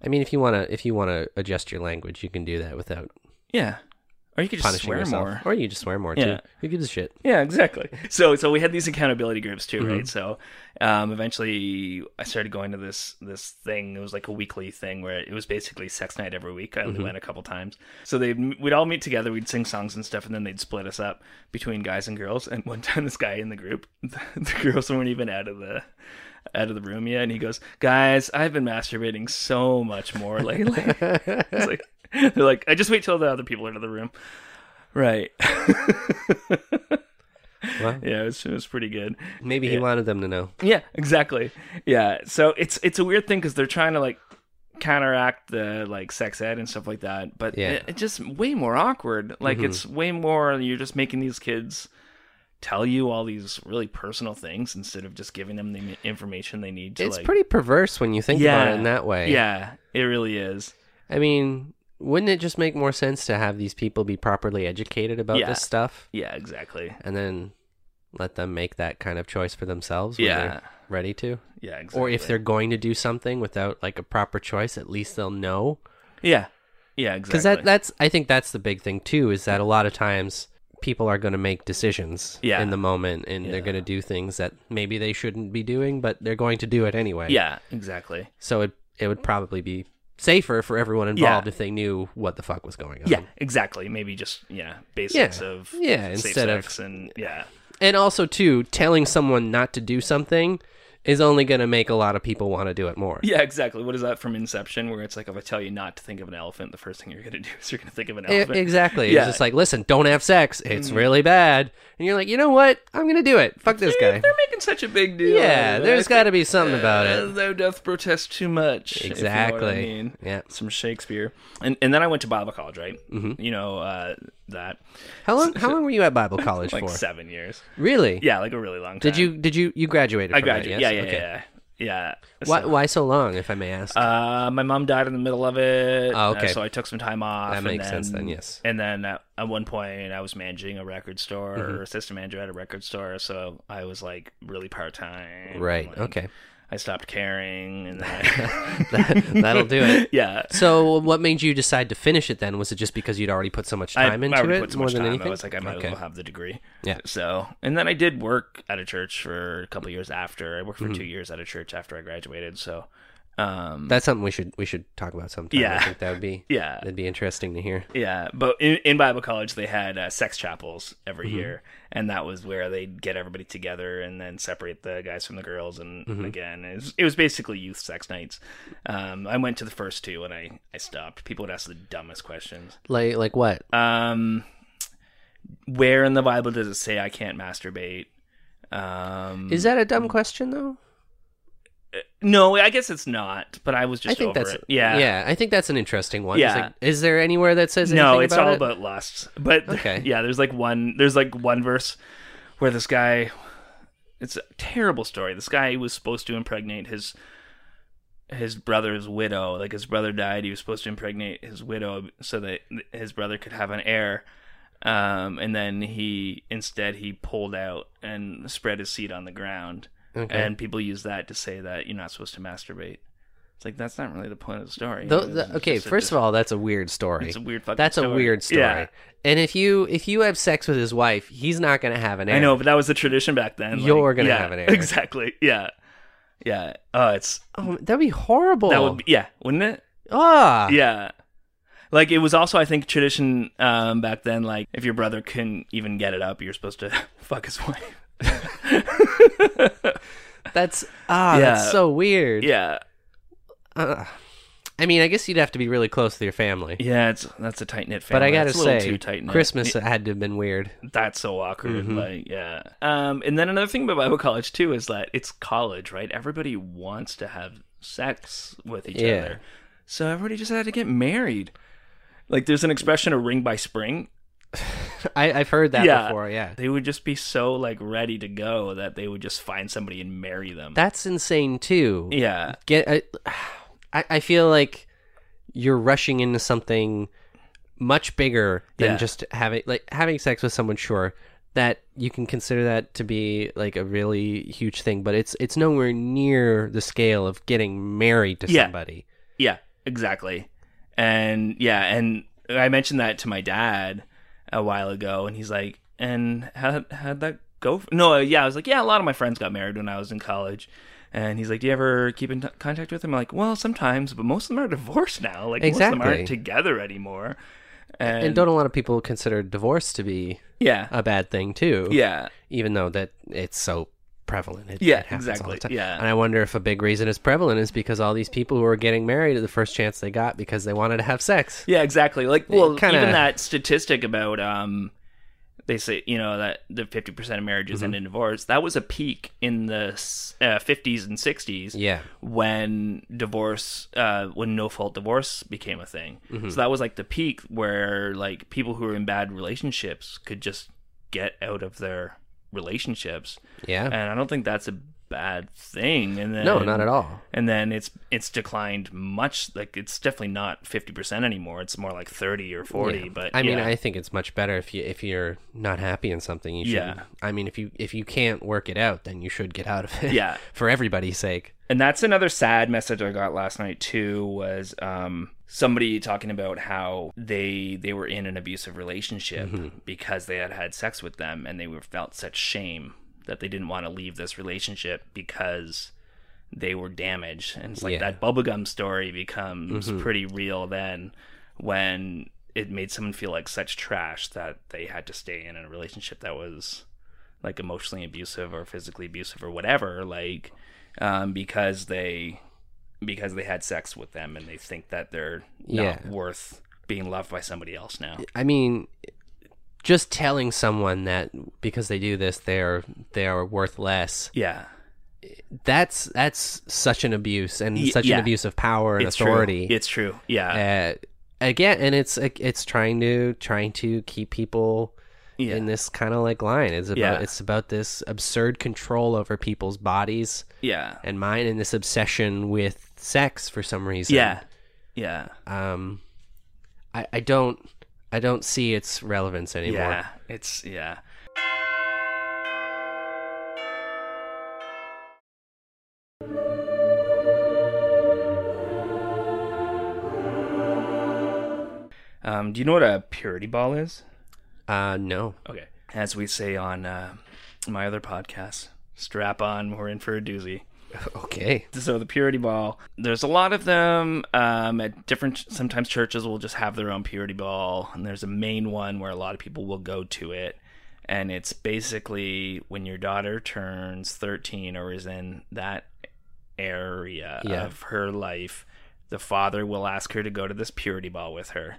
S1: I mean, if you wanna if you wanna adjust your language, you can do that without
S2: yeah, or you could just
S1: punishing
S2: swear
S1: yourself,
S2: more.
S1: or you just swear more
S2: Yeah.
S1: too. Who gives a shit?
S2: Yeah, exactly. Mm-hmm. So so we had these accountability groups too, right? So um, eventually I started going to this this thing. It was like a weekly thing where it was basically sex night every week. I only went a couple times. So they we'd all meet together. We'd sing songs and stuff, and then they'd split us up between guys and girls. And one time, this guy in the group, the, girls weren't even out of the out of the room yet, and he goes, "Guys, I've been masturbating so much more lately." it's like they're like, "I just wait till the other people are out of the room." Right.
S1: Well,
S2: Yeah, it was, it was pretty good.
S1: maybe he wanted them to know.
S2: Yeah, exactly. Yeah, so it's it's a weird thing because they're trying to like counteract the like sex ed and stuff like that, but
S1: Yeah. Mm-hmm.
S2: it, it's just way more awkward. Like it's way more you're just making these kids tell you all these really personal things instead of just giving them the m- information they need to.
S1: It's
S2: like,
S1: pretty perverse when you think
S2: yeah
S1: about it in that way.
S2: Yeah, it really is.
S1: I mean, wouldn't it just make more sense to have these people be properly educated about
S2: Yeah.
S1: this stuff
S2: Yeah, exactly.
S1: and then let them make that kind of choice for themselves when
S2: Yeah.
S1: they're ready to?
S2: Yeah, exactly.
S1: Or if they're going to do something without like a proper choice, at least they'll know.
S2: yeah, yeah, exactly.
S1: Because that that's I think that's the big thing too, is that a lot of times people are going to make decisions
S2: Yeah.
S1: in the moment and they're
S2: Yeah.
S1: going to do things that maybe they shouldn't be doing, but they're going to do it anyway.
S2: yeah, exactly.
S1: So it it
S2: Mm.
S1: would probably be safer for everyone involved if they knew what the fuck was going on.
S2: Yeah, exactly. Maybe just yeah, basics
S1: Yeah.
S2: of
S1: Yeah,
S2: safe
S1: instead of-
S2: sex and yeah.
S1: And also too, telling someone not to do something is only going to make a lot of people want to do it more.
S2: Yeah, exactly. What is that from Inception, where it's like if I tell you not to think of an elephant, the first thing you're gonna do is you're gonna think of an
S1: E-
S2: elephant.
S1: exactly.
S2: Yeah. Mm-hmm.
S1: It's just like, listen, don't have sex. It's really bad. And you're like, you know what? I'm going to do it. Fuck this guy.
S2: They're making such a big deal.
S1: Yeah, there's got to be something about it.
S2: Though uh, death protest too much. if you know what I
S1: Exactly.
S2: mean.
S1: Yeah. Mm-hmm.
S2: Some Shakespeare, and and then I went to Bible college, right? You know uh, that
S1: How long how long were you at Bible college
S2: like
S1: for?
S2: seven years.
S1: Really?
S2: Yeah, like a really long time.
S1: Did you did you you graduated
S2: I
S1: from that,
S2: graduated.
S1: yes?
S2: Yeah, yeah,
S1: Okay.
S2: yeah, yeah. Yeah.
S1: Why
S2: So-
S1: why so long if I may ask?
S2: Uh, my mom died in the middle of it.
S1: Oh,
S2: uh,
S1: okay.
S2: so I took some time off.
S1: That
S2: and
S1: makes sense then, yes.
S2: And then at, at one point, I was managing a record store
S1: Mm-hmm.
S2: or assistant manager at a record store. So I was like really part time.
S1: right. Okay.
S2: I stopped caring, and then
S1: That, that'll do it.
S2: yeah.
S1: So, what made you decide to finish it then? Was it just because you'd already put so much
S2: I,
S1: time
S2: I
S1: into
S2: already
S1: it,
S2: put so
S1: more
S2: much
S1: than
S2: time.
S1: anything?
S2: I was like, I might
S1: okay.
S2: as well have the degree.
S1: Yeah.
S2: So, and then I did work at a church for a couple years after. I worked
S1: Mm-hmm.
S2: for two years at a church after I graduated. So, um,
S1: That's something we should we should talk about sometime.
S2: Yeah.
S1: I think that would be
S2: Yeah.
S1: that'd be interesting to hear.
S2: Yeah, but in, in Bible college they had uh, sex chapels every year, and that was where they'd get everybody together and then separate the guys from the girls. And again, it was, it was basically youth sex nights. Um, I went to the first two and I I stopped. People would ask the dumbest questions.
S1: Like like what?
S2: Um, where in the Bible does it say I can't masturbate? Um,
S1: Is that a dumb question though?
S2: No, I guess it's not. But I was just
S1: I think
S2: over
S1: that's
S2: it. Yeah,
S1: yeah. I think that's an interesting one.
S2: Yeah.
S1: It's like, is there anywhere that says
S2: No,
S1: anything
S2: it's
S1: about
S2: all
S1: it?
S2: about lust. But
S1: Okay.
S2: yeah, there's like one. There's like one verse where this guy. It's a terrible story. This guy was supposed to impregnate his his brother's widow. Like his brother died, he was supposed to impregnate his widow so that his brother could have an heir. Um, and then he instead he pulled out and spread his seed on the ground.
S1: Okay.
S2: And people use that to say that you're not supposed to masturbate. It's like that's not really the point of the story.
S1: Tho- the- okay, first of all, that's a weird story.
S2: It's a weird fucking
S1: That's a
S2: story.
S1: weird story.
S2: Yeah.
S1: And if you if you have sex with his wife, he's not going to have an heir.
S2: I know, but that was the tradition back then. like-
S1: You're gonna
S2: yeah,
S1: have an heir.
S2: exactly. Yeah, yeah. Oh, it's
S1: Oh, that'd be horrible.
S2: that would be, yeah, wouldn't it?
S1: Ah.
S2: Yeah. Like it was also, I think, tradition um, back then. Like if your brother couldn't even get it up, you're supposed to fuck his wife.
S1: That's ah.
S2: Yeah.
S1: That's so weird.
S2: Yeah,
S1: I mean, I guess you'd have to be really close to your family.
S2: yeah. It's that's a tight knit family.
S1: But I gotta
S2: It's a little
S1: say,
S2: too tight-knit.
S1: Christmas had to have been weird.
S2: that's so awkward. Like, yeah. Um, and then another thing about Bible college too is that it's college, right? Everybody wants to have sex with each
S1: Yeah.
S2: other, so everybody just had to get married. Like, there's an expression, "a ring by spring."
S1: I, I've heard that
S2: Yeah.
S1: before. Yeah,
S2: They would just be so like ready to go that they would just find somebody and marry them.
S1: that's insane too.
S2: yeah,
S1: Get I, I I feel like you're rushing into something much bigger than
S2: Yeah.
S1: just having like having sex with someone. Sure, that you can consider that to be like a really huge thing, but it's it's nowhere near the scale of getting married to
S2: Yeah.
S1: somebody.
S2: yeah, exactly. And yeah, and I mentioned that to my dad a while ago, and he's like, "And how how'd that go?" f no, uh, yeah, I was like, "Yeah, a lot of my friends got married when I was in college." And he's like, "Do you ever keep in t- contact with them?" I'm like, "Well, sometimes, but most of them are divorced now. Like most of them
S1: Exactly.
S2: aren't together anymore." And,
S1: And, don't Oh. a lot of people consider divorce to be
S2: yeah,
S1: a bad thing too?
S2: yeah,
S1: even though that it's so prevalent. It,
S2: Yeah,
S1: it happens all
S2: exactly,
S1: the time.
S2: yeah.
S1: and I wonder if a big reason it's prevalent is because all these people who are getting married at the first chance they got because they wanted to have sex.
S2: Yeah, exactly. Like, well,
S1: kinda-
S2: even that statistic about um, they say you know that the fifty percent of marriages
S1: Mm-hmm.
S2: end in divorce. That was a peak in the uh, fifties and sixties.
S1: Yeah.
S2: when divorce, uh, when no fault divorce became a thing.
S1: Mm-hmm.
S2: So that was like the peak where like people who were in bad relationships could just get out of their relationships.
S1: Yeah.
S2: and I don't think that's a bad thing. And then
S1: No, not at all.
S2: and then it's it's declined much like it's definitely not 50% anymore it's more like 30 or 40
S1: Yeah.
S2: but
S1: I mean,
S2: yeah.
S1: I think it's much better if you if you're not happy in something. You should.
S2: Yeah.
S1: I mean, if you if you can't work it out, then you should get out of it.
S2: Yeah.
S1: for everybody's sake.
S2: and that's another sad message i got last night too was um somebody talking about how they they were in an abusive relationship because they had had sex with them and they were felt such shame that they didn't want to leave this relationship because they were damaged. And it's like
S1: Yeah.
S2: that bubblegum story becomes pretty real then when it made someone feel like such trash that they had to stay in a relationship that was like emotionally abusive or physically abusive or whatever, like um, because they because they had sex with them and they think that they're not
S1: Yeah.
S2: worth being loved by somebody else now.
S1: I mean, just telling someone that because they do this, they're they are worth less.
S2: Yeah.
S1: That's that's such an abuse and
S2: Y-
S1: such
S2: yeah.
S1: an abuse of power and
S2: It's
S1: authority.
S2: true. It's true. Yeah.
S1: uh, again and it's it's trying to trying to keep people
S2: Yeah.
S1: in this kind of like line it's about
S2: Yeah.
S1: it's about this absurd control over people's bodies
S2: yeah.
S1: and mind and this obsession with sex for some reason
S2: Yeah. Yeah.
S1: um i i don't i don't see its relevance anymore
S2: Yeah. It's yeah. Um, do you know what a purity ball is?
S1: uh no
S2: Okay. As we say on uh, my other podcast, strap on, we're in for a doozy
S1: okay
S2: so the purity ball there's a lot of them um, at different sometimes churches will just have their own purity ball and there's a main one where a lot of people will go to it and it's basically when your daughter turns 13 or is in that area
S1: Yeah.
S2: of her life the father will ask her to go to this purity ball with her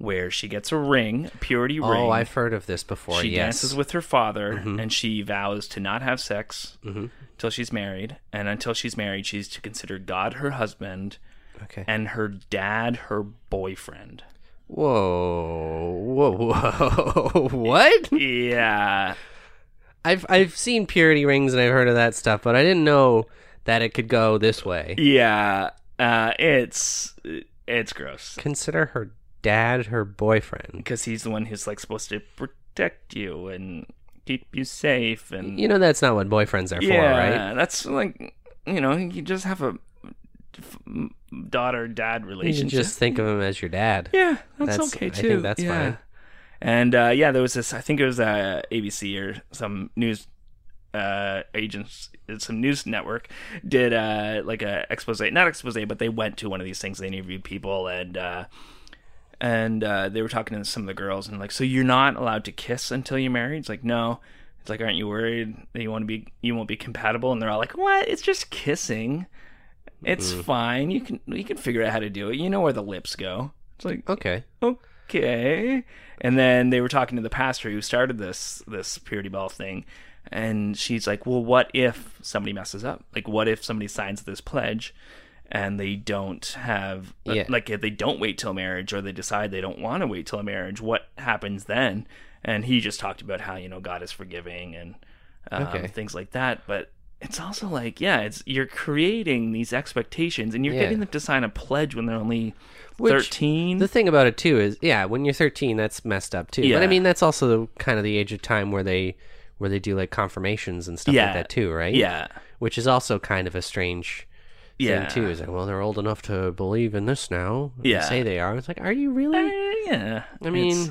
S2: where she gets a ring, a purity ring.
S1: Oh, I've heard of this before.
S2: She
S1: yes. Mm-hmm.
S2: dances with her father and she vows to not have sex till she's married. And until she's married, she's to consider God her husband
S1: Okay.
S2: and her dad her boyfriend.
S1: Whoa, whoa, whoa! what?
S2: Yeah.
S1: I've I've seen purity rings and I've heard of that stuff, but I didn't know that it could go this way.
S2: Yeah. Uh, it's it's gross
S1: Consider her dad her boyfriend.
S2: because he's the one who's like supposed to protect you and keep you safe and
S1: You know that's not what boyfriends are for, right?
S2: yeah, that's like you know you just have a f- daughter dad
S1: You should
S2: relationship.
S1: just think of him as your dad.
S2: Yeah, that's,
S1: That's- I
S2: okay too.
S1: think that's
S2: yeah.
S1: fine.
S2: And uh, yeah, there was this. I think it was uh, ABC or some news uh, agents, some news network did uh, like a expose, not expose, but they went to one of these things. They interviewed people and uh, and uh, they were talking to some of the girls and like, so you're not allowed to kiss until you're married. It's like no. It's like, aren't you worried that you want to be you won't be compatible? And they're all like, what? It's just kissing. It's
S1: Mm.
S2: fine. You can you can figure out how to do it. You know where the lips go. It's like
S1: Okay.
S2: okay. And then they were talking to the pastor who started this this purity ball thing, and she's like, "Well, what if somebody messes up? Like, what if somebody signs this pledge?" And they don't have, uh,
S1: Yeah.
S2: like, if they don't wait till marriage or they decide they don't want to wait till marriage, what happens then? And he just talked about how, you know, God is forgiving and um,
S1: Okay.
S2: things like that. But it's also like, yeah, it's you're creating these expectations and you're
S1: Yeah.
S2: getting them to sign a pledge when they're only
S1: Which-
S2: 13.
S1: The thing about it too is, yeah, when you're 13, that's messed up too. But I
S2: Yeah.
S1: mean, that's also the, kind of the age of time where they where they do like confirmations and stuff like
S2: Yeah.
S1: that too, right?
S2: Yeah.
S1: Which is also kind of a strange
S2: Yeah.
S1: thing too. Is like, well, they're old enough to believe in this now. and
S2: Yeah.
S1: say they are. It's like, are you
S2: Uh,
S1: really?
S2: yeah.
S1: I mean,
S2: It's-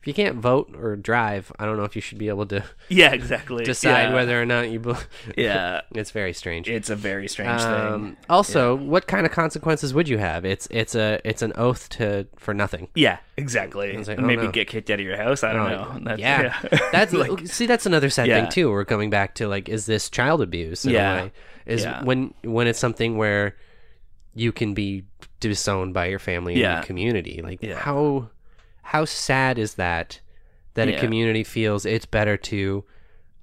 S1: if you can't vote or drive, I don't know if you should be able to
S2: yeah, exactly.
S1: decide
S2: Yeah.
S1: whether or not you. bel
S2: Yeah.
S1: it's very strange.
S2: It's a very strange thing.
S1: Um, also, what kind of consequences would you have? It's it's a it's an oath to for nothing.
S2: Yeah, exactly.
S1: was like, oh,
S2: Maybe
S1: no.
S2: get kicked out of your house. I don't know. That's,
S1: Oh, yeah, that's see, that's another sad
S2: Yeah.
S1: thing too. We're coming back to like, is this child abuse? in a
S2: Yeah.
S1: way? is
S2: Yeah.
S1: when when it's something where you can be disowned by your family and
S2: Yeah.
S1: your community. Like
S2: Yeah.
S1: how how sad is that that a
S2: Yeah.
S1: community feels it's better to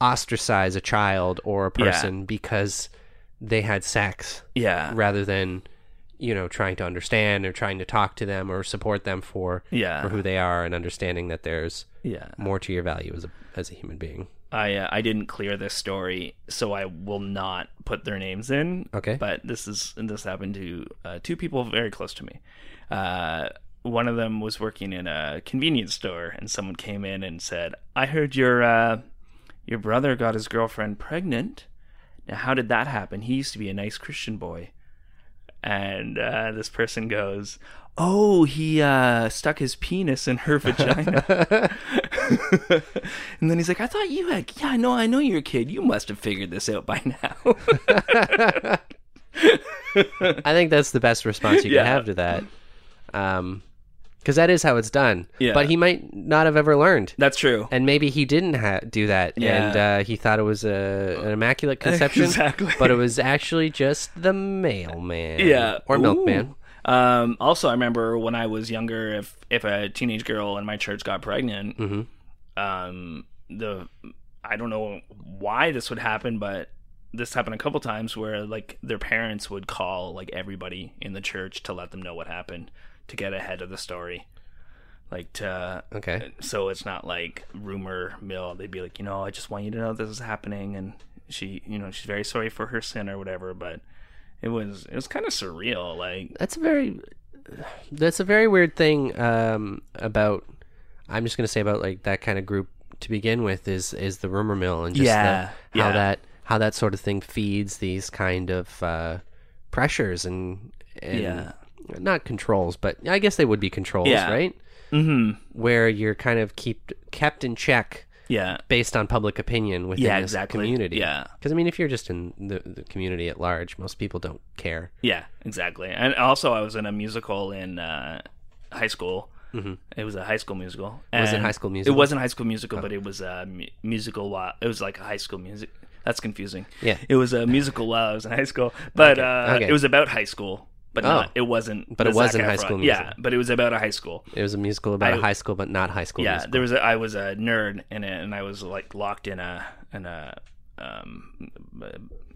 S1: ostracize a child or a
S2: Yeah.
S1: person because they had sex
S2: yeah,
S1: rather than you know trying to understand or trying to talk to them or support them for
S2: Yeah.
S1: for who they are and understanding that there's
S2: yeah.
S1: more to your value as a as a human being.
S2: I uh, I didn't clear this story, so I will not put their names in.
S1: Okay.
S2: But this is this happened to uh, two people very close to me. Uh, one of them was working in a convenience store, and someone came in and said, "I heard your uh, your brother got his girlfriend pregnant. Now, how did that happen? He used to be a nice Christian boy." And uh, this person goes, "Oh, he uh, stuck his penis in her vagina." and then he's like, I thought you had, yeah, I know, I know you're a kid. You must have figured this out by now.
S1: I think that's the best response you
S2: Yeah.
S1: can have to that. Um because that is how it's done.
S2: Yeah.
S1: But he might not have ever learned.
S2: That's true.
S1: And maybe he didn't ha- do that,
S2: Yeah.
S1: and uh, he thought it was a, an immaculate conception,
S2: Exactly.
S1: but it was actually just the mailman,
S2: yeah.
S1: or
S2: Ooh.
S1: milkman.
S2: Um, also, I remember when I was younger, if, if a teenage girl in my church got pregnant,
S1: Mhm.
S2: um, the, I don't know why this would happen, but this happened a couple times where like their parents would call like everybody in the church to let them know what happened to get ahead of the story. Like to
S1: Okay,
S2: so it's not like rumor mill. They'd be like, you know, I just want you to know this is happening, and she, you know, she's very sorry for her sin or whatever. But it was it was kind of surreal. Like,
S1: that's a very that's a very weird thing um, about. I'm just gonna say about like that kind of group to begin with is is the rumor mill and just
S2: Yeah,
S1: the, how
S2: yeah.
S1: that how that sort of thing feeds these kind of uh, pressures and, and
S2: Yeah.
S1: not controls, but I guess they would be controls,
S2: Yeah.
S1: right?
S2: mm-hmm.
S1: Where you're kind of keep kept in check
S2: yeah,
S1: based on public opinion within
S2: Yeah,
S1: this
S2: exactly.
S1: community.
S2: Yeah.
S1: because I mean, if you're just in the, the community at large, most people don't care.
S2: yeah, exactly. And also, I was in a musical in uh, high school. Mm-hmm. It was a high school musical.
S1: Was it
S2: and
S1: High School Musical? Oh.
S2: It wasn't high school musical, but it was a mu- musical. While it was like a high school music. That's confusing.
S1: Yeah.
S2: it was a musical while I was in high school, but uh,
S1: Okay.
S2: it was about high school. but
S1: Oh.
S2: not it wasn't.
S1: But it
S2: the
S1: was
S2: Zac
S1: in High
S2: Efron.
S1: School
S2: Yeah,
S1: Musical.
S2: but it was about a high school.
S1: It was a musical about a
S2: I-
S1: high school, but not high school.
S2: yeah,
S1: musical.
S2: there was a, I was a nerd in it, and I was like locked in a in a um uh,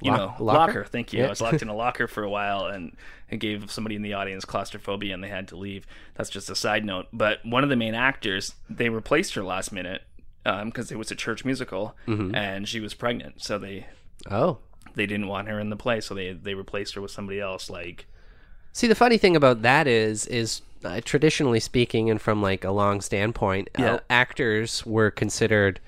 S2: you
S1: Lock-
S2: know
S1: locker?
S2: locker. Thank you.
S1: Yeah.
S2: I was locked in a locker for a while, and it gave somebody in the audience claustrophobia, and they had to leave. That's just a side note. But one of the main actors, they replaced her last minute because it was a church musical,
S1: Mm-hmm.
S2: and she was pregnant, so they
S1: Oh,
S2: they didn't want her in the play, so they they replaced her with somebody else. Like
S1: see, the funny thing about that is, is uh, traditionally speaking, and from like a long standpoint,
S2: Yeah.
S1: uh, actors were considered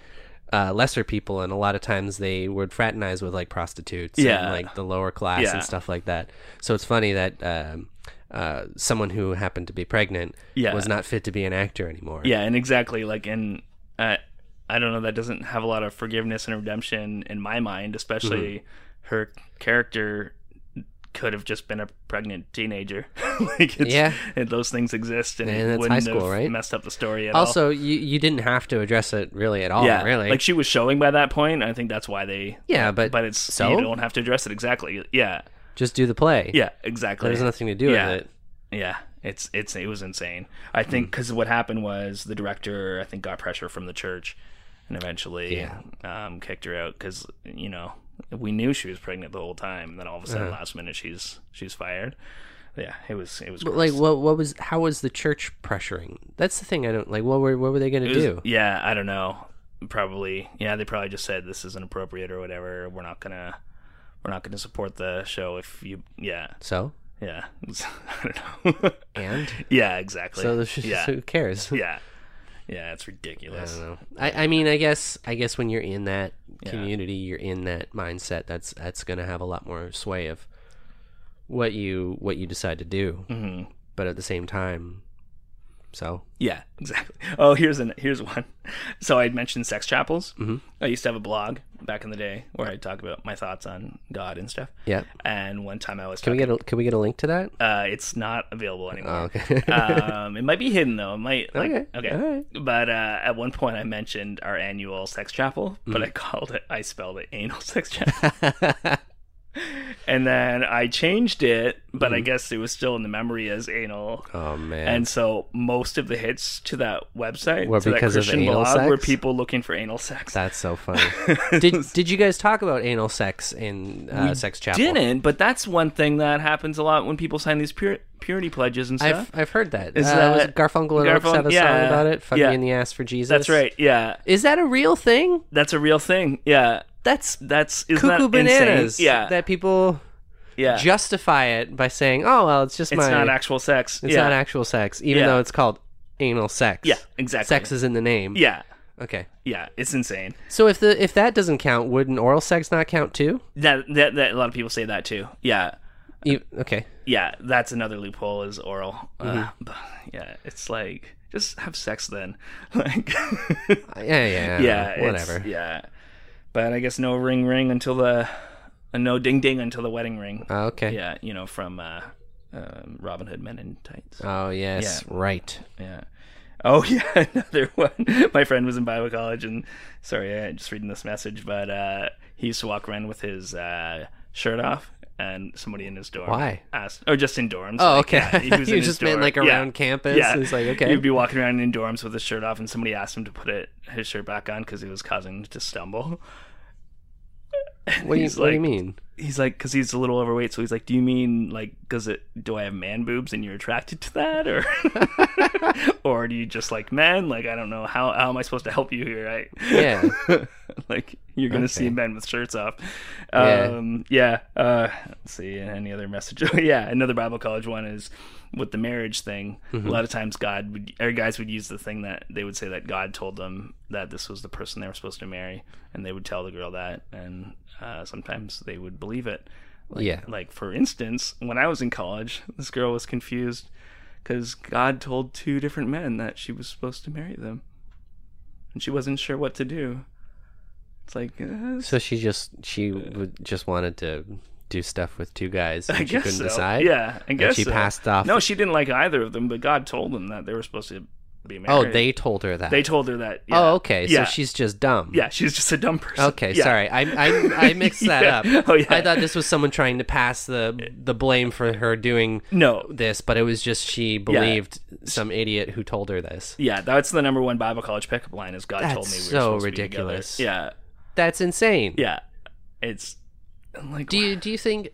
S1: uh, lesser people, and a lot of times they would fraternize with like prostitutes,
S2: Yeah.
S1: and, like the lower class
S2: Yeah.
S1: and stuff like that. So it's funny that. Um, uh, someone who happened to be pregnant
S2: Yeah.
S1: was not fit to be an actor anymore.
S2: Yeah, and exactly like in uh, I don't know that doesn't have a lot of forgiveness and redemption in my mind, especially
S1: Mm-hmm.
S2: her character could have just been a pregnant teenager. like it's,
S1: Yeah.
S2: and those things exist, and,
S1: And
S2: it
S1: it's
S2: wouldn't
S1: high school,
S2: have
S1: right?
S2: messed up the story at all.
S1: Also, you you didn't have to address it really at all.
S2: yeah,
S1: really.
S2: like she was showing by that point. I think that's why they.
S1: yeah, but
S2: But it's
S1: so
S2: you don't have to address it exactly. Yeah,
S1: just do the play.
S2: yeah, exactly.
S1: there's nothing to do
S2: Yeah.
S1: with it.
S2: Yeah, it's it's it was insane. I
S1: Hmm.
S2: think because what happened was the director I think got pressure from the church, and eventually
S1: Yeah.
S2: um, kicked her out because you know we knew she was pregnant the whole time. And then all of a sudden,
S1: Uh-huh.
S2: last minute, she's she's fired. Yeah, it was it was
S1: But
S2: gross.
S1: like, what what was how was the church pressuring? That's the thing I don't like. What were what were they going to
S2: It was-
S1: do?
S2: Yeah, I don't know. Probably yeah, they probably just said this isn't appropriate or whatever. We're not gonna we're not gonna support the show if you yeah
S1: So
S2: yeah I don't know.
S1: and
S2: yeah, exactly.
S1: so, the sh-
S2: yeah.
S1: so who cares?
S2: yeah. Yeah, it's
S1: I
S2: ridiculous.
S1: don't know. I, I mean, I guess I guess when you're in that
S2: Yeah.
S1: community, you're in that mindset. That's that's going to have a lot more sway of what you what you decide to do.
S2: Mhm.
S1: But at the same time, so
S2: Yeah, exactly. Oh, here's an here's one. So I mentioned sex chapels.
S1: Mhm.
S2: I used to have a blog back in the day where I talk about my thoughts on God and stuff.
S1: yeah.
S2: And one time I was
S1: Can we
S2: talking,
S1: get a can we get a link to that?
S2: uh, it's not available
S1: Oh,
S2: anymore.
S1: okay.
S2: um, it might be hidden though. It might like,
S1: Okay,
S2: okay.
S1: all right.
S2: But uh, at one point I mentioned our annual sex chapel, but
S1: Mm-hmm.
S2: I called it I spelled it anal sex chapel. and then I changed it, but
S1: Mm-hmm.
S2: I guess it was still in the memory as anal.
S1: oh man.
S2: And so most of the hits to that website,
S1: Were
S2: to that
S1: because of
S2: Christian
S1: anal
S2: blog,
S1: sex?
S2: were people looking for anal sex.
S1: That's so funny. did did you guys talk about anal sex in uh, sex chapel?
S2: Didn't, but that's one thing that happens a lot when people sign these pur- purity pledges and stuff.
S1: I've I've heard that.
S2: Is
S1: uh,
S2: that-
S1: was it Garfunkel and Oates
S2: Garfunkel-
S1: have a song
S2: yeah,
S1: about it? Fuck
S2: yeah.
S1: me in the ass for Jesus.
S2: that's right. Yeah,
S1: Is that a real thing?
S2: that's a real thing. Yeah,
S1: That's
S2: that's isn't
S1: cuckoo
S2: that
S1: bananas.
S2: Insane? Yeah,
S1: That people
S2: yeah.
S1: justify it by saying, "Oh well, it's just
S2: it's
S1: my
S2: not actual sex.
S1: it's
S2: yeah.
S1: not actual sex," even
S2: Yeah.
S1: though it's called anal sex.
S2: Yeah, exactly.
S1: Sex is in the name.
S2: yeah,
S1: Okay.
S2: yeah. It's insane.
S1: So if the if that doesn't count, wouldn't oral sex not count too?
S2: That, that that a lot of people say that too. Yeah,
S1: You, okay.
S2: yeah. That's another loophole is oral. Uh,
S1: Mm-hmm.
S2: but yeah, it's like just have sex then. Like.
S1: Yeah, yeah,
S2: yeah, it's-
S1: whatever.
S2: Yeah, but I guess no ring ring until the, uh, no ding ding until the wedding ring.
S1: Oh, okay.
S2: yeah, you know from uh, um, Robin Hood Men in Tights.
S1: Oh yes,
S2: Yeah.
S1: right.
S2: Yeah. Oh yeah, another one. My friend was in Bible college, and sorry, I'm just reading this message, but uh, he used to walk around with his uh, shirt off. And somebody in his dorm
S1: Why?
S2: asked, or just in dorms.
S1: Oh,
S2: like,
S1: okay.
S2: yeah, he was
S1: You
S2: in his
S1: just meant,
S2: dorm.
S1: like,
S2: Yeah.
S1: around campus.
S2: Yeah,
S1: It's like, okay.
S2: He'd be walking around in dorms with his shirt off, and somebody asked him to put it his shirt back on because it was causing him to stumble.
S1: What do you
S2: He's
S1: What do you
S2: like-
S1: mean?
S2: He's like, because he's a little overweight, so he's like, "Do you mean like, does it? Do I have man boobs and you're attracted to that, or, or do you just like men? Like, I don't know how how am I supposed to help you here? Right?
S1: Yeah.
S2: like you're gonna see
S1: Okay.
S2: men with shirts off.
S1: Yeah.
S2: Um, yeah. Uh, let's see. and Any other message? Oh, yeah. Another Bible college one is with the marriage thing.
S1: Mm-hmm.
S2: A lot of times, God would or guys would use the thing that they would say that God told them that this was the person they were supposed to marry, and they would tell the girl that, and uh, sometimes they would believe it.
S1: yeah.
S2: Like for instance, when I was in college, this girl was confused because God told two different men that she was supposed to marry them, and she wasn't sure what to do. It's like uh,
S1: So she just she would just wanted to do stuff with two guys and
S2: I
S1: she
S2: guess
S1: couldn't
S2: so.
S1: decide.
S2: Yeah, I guess
S1: she
S2: so.
S1: passed off-
S2: No, she didn't like either of them, but God told them that they were supposed to be
S1: Oh,
S2: married.
S1: they told her that.
S2: they told her that. yeah.
S1: Oh, okay.
S2: Yeah.
S1: So she's just dumb.
S2: yeah, she's just a dumb person.
S1: Okay,
S2: Yeah.
S1: sorry. I, I I mixed that
S2: Yeah.
S1: up.
S2: Oh, yeah.
S1: I thought this was someone trying to pass the the blame for her doing
S2: No.
S1: this, but it was just she believed some idiot who told her this.
S2: Yeah, that's the number one Bible college pickup line. Is God told
S1: That's
S2: me we were
S1: so
S2: supposed
S1: ridiculous.
S2: To be together.
S1: That's insane.
S2: Yeah, yeah. It's I'm like
S1: Do you do you think?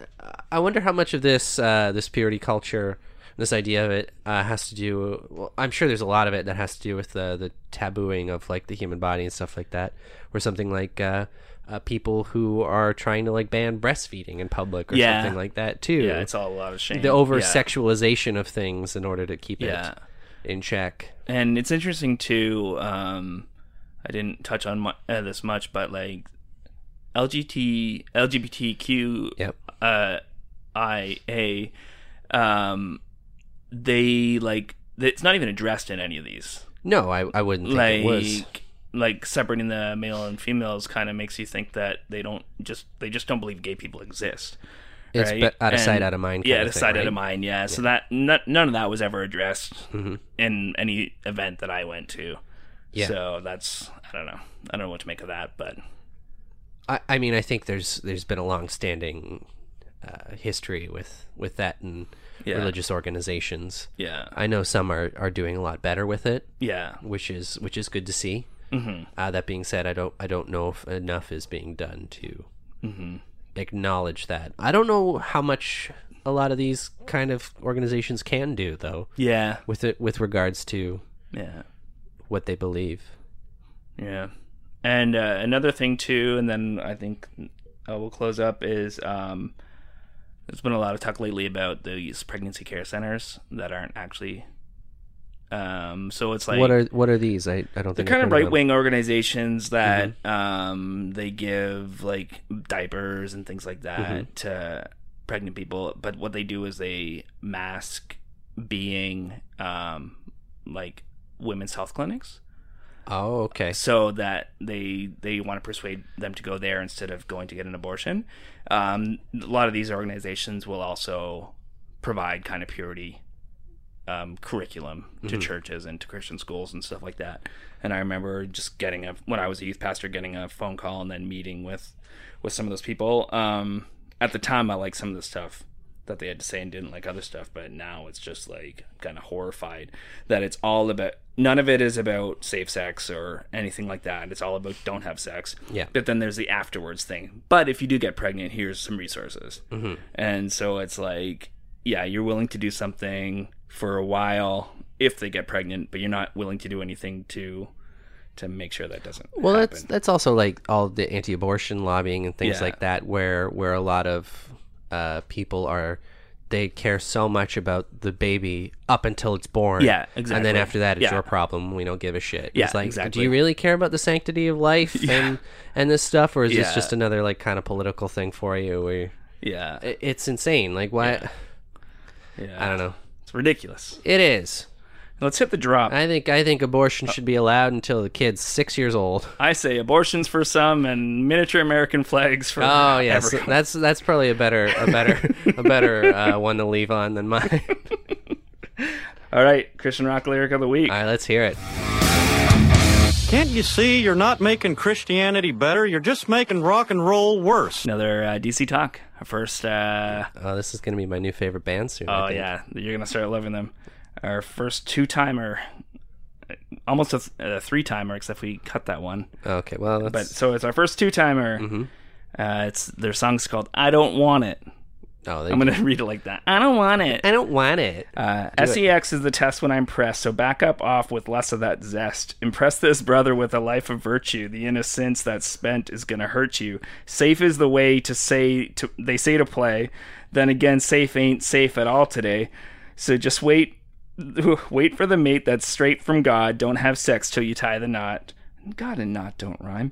S1: I wonder how much of this uh, this purity culture, this idea of it, uh, has to do. Well, I'm sure there's a lot of it that has to do with the the tabooing of like the human body and stuff like that, or something like uh, uh, people who are trying to like ban breastfeeding in public or
S2: Yeah.
S1: something like that too.
S2: yeah, it's all a lot of shame.
S1: the over
S2: Yeah.
S1: sexualization of things in order to keep
S2: Yeah.
S1: it in check.
S2: and it's interesting too. Um, I didn't touch on mu- uh, this much, but like LGBT LGBTQ
S1: Yep.
S2: uh, IA, um, they like it's not even addressed in any of these.
S1: No, I I wouldn't think
S2: like
S1: it was.
S2: like separating the male and females kind of makes you think that they don't just they just don't believe gay people exist.
S1: It's
S2: right?
S1: be- out of sight,
S2: And-
S1: out of mind.
S2: Yeah,
S1: kind
S2: out
S1: of
S2: of
S1: thing,
S2: sight, out
S1: right?
S2: of mind. Yeah. So that n- none of that was ever addressed in any event that I went to.
S1: Mm-hmm. Yeah.
S2: So that's I don't know. I don't know what to make of that, but
S1: I, I mean, I think there's there's been a long-standing uh, history with with that in
S2: Yeah.
S1: religious organizations.
S2: yeah,
S1: I know some are, are doing a lot better with it,
S2: yeah,
S1: which is which is good to see. Mm-hmm. Uh, that being said, I don't I don't know if enough is being done to
S2: Mm-hmm.
S1: acknowledge that. I don't know how much a lot of these kind of organizations can do though,
S2: yeah,
S1: with it with regards to
S2: yeah.
S1: what they believe.
S2: Yeah. And uh, another thing too, and then I think uh, we'll close up is um, there's been a lot of talk lately about these pregnancy care centers that aren't actually. Um, so it's like
S1: what are what are these? I, I don't
S2: they're
S1: think
S2: kind
S1: I've heard
S2: of right
S1: them.
S2: wing organizations that
S1: Mm-hmm.
S2: um, they give like diapers and things like that
S1: Mm-hmm.
S2: to pregnant people. But what they do is they mask being um, like women's health clinics
S1: Oh, okay.
S2: so that they they want to persuade them to go there instead of going to get an abortion. Um, a lot of these organizations will also provide kind of purity um, curriculum to churches and to Christian schools and stuff like that. And I remember just getting a when I was a youth pastor, getting a phone call and then meeting with with some of those people. Um, at the time, I liked some of the stuff that they had to say and didn't like other stuff, but now it's just like kind of horrified that it's all about none of it is about safe sex or anything like that. It's all about don't have sex.
S1: Yeah.
S2: But then there's the afterwards thing. But if you do get pregnant, here's some resources.
S1: Mm-hmm.
S2: And so it's like, yeah, you're willing to do something for a while if they get pregnant, but you're not willing to do anything to to make sure that doesn't.
S1: Well,
S2: happen.
S1: that's that's also like all the anti-abortion lobbying and things
S2: Yeah.
S1: like that, where where a lot of uh, people are they care so much about the baby up until it's born.
S2: Yeah,
S1: And
S2: exactly.
S1: then after that, it's
S2: Yeah.
S1: your problem. We don't give a shit.
S2: Yeah,
S1: it's like, do
S2: exactly.
S1: you really care about the sanctity of life and and this stuff, or is this
S2: Yeah.
S1: just another like kind of political thing for you? Where you-
S2: yeah,
S1: it- it's insane. Like why?
S2: yeah.
S1: I don't know.
S2: It's ridiculous.
S1: It is.
S2: Let's hit the drop.
S1: I think I think abortion
S2: Uh,
S1: should be allowed until the kid's six years old.
S2: I say abortions for some and miniature American flags for
S1: Oh yes,
S2: everyone.
S1: that's that's probably a better a better a better uh, one to leave on than mine.
S2: All right, Christian rock lyric of the week.
S1: All right, let's hear it.
S6: Can't you see you're not making Christianity better? You're just making rock and roll worse.
S2: Another uh, DC talk. Our first. Uh,
S1: Oh, this is gonna be my new favorite band soon. I
S2: oh
S1: think.
S2: yeah, you're gonna start loving them. Our first two timer, almost a, th- a three timer, except we cut that one.
S1: Okay, well, that's, Mm-hmm.
S2: But so it's our first two timer. Uh, it's their song's called "I Don't Want It."
S1: oh, they,
S2: I'm gonna read it like that. I don't want it.
S1: I don't want it.
S2: Uh, sex is the test when I'm pressed, so back up off with less of that zest. Impress this brother with a life of virtue. The innocence that's spent is gonna hurt you. Safe is the way to say to they say to play. Then again, safe ain't safe at all today. So just wait, wait for the mate that's straight from God. Don't have sex till you tie the knot. God and knot don't rhyme.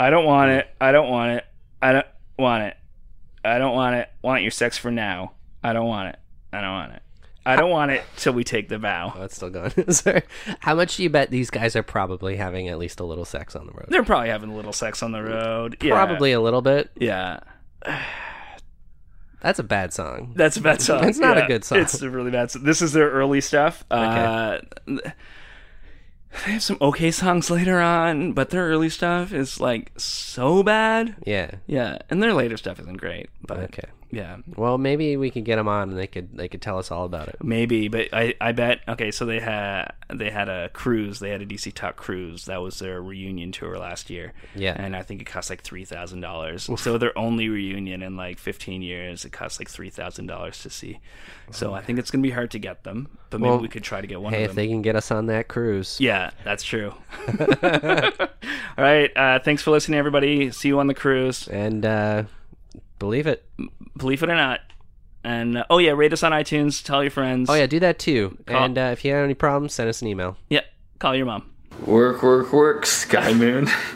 S2: I don't want it. I don't want it. I don't want it. I don't want it. Want your sex for now. I don't want it. I don't want it. I don't want it till we take the
S1: Oh,
S2: vow.
S1: it's still going. Sorry. How much do you bet these guys are probably having at least a little sex on the road?
S2: They're probably having a little sex on the road. Yeah.
S1: Probably a little bit.
S2: Yeah.
S1: That's a bad song.
S2: That's a bad song.
S1: It's not a
S2: Yeah.
S1: good song.
S2: It's a really bad song. This is their early stuff. Uh, They have some okay songs later on, but their early stuff is like so bad.
S1: Yeah.
S2: Yeah, and their later stuff isn't great, but
S1: Okay.
S2: yeah,
S1: Well, maybe we could get them on and they could they could tell us all about it.
S2: maybe. But I, I bet. Okay, so they had they had a cruise. They had a DC Talk cruise. That was their reunion tour last year.
S1: Yeah.
S2: and I think it cost like three thousand dollars. So their only reunion in like fifteen years, it cost like three thousand dollars to see. So I think it's gonna be hard to get them, but maybe
S1: Well,
S2: we could try to get one
S1: Hey, if
S2: of them.
S1: they can get us on that cruise.
S2: Yeah, that's true. All right. Uh, thanks for listening, everybody. See you on the cruise.
S1: And uh, believe it.
S2: Believe it or not. And uh, oh yeah, rate us on iTunes. Tell your friends.
S1: Oh yeah, do that too.
S2: Call-
S1: And uh, if you have any problems, send us an email.
S2: Yeah. Call your mom.
S8: Work, work, work, Sky Moon.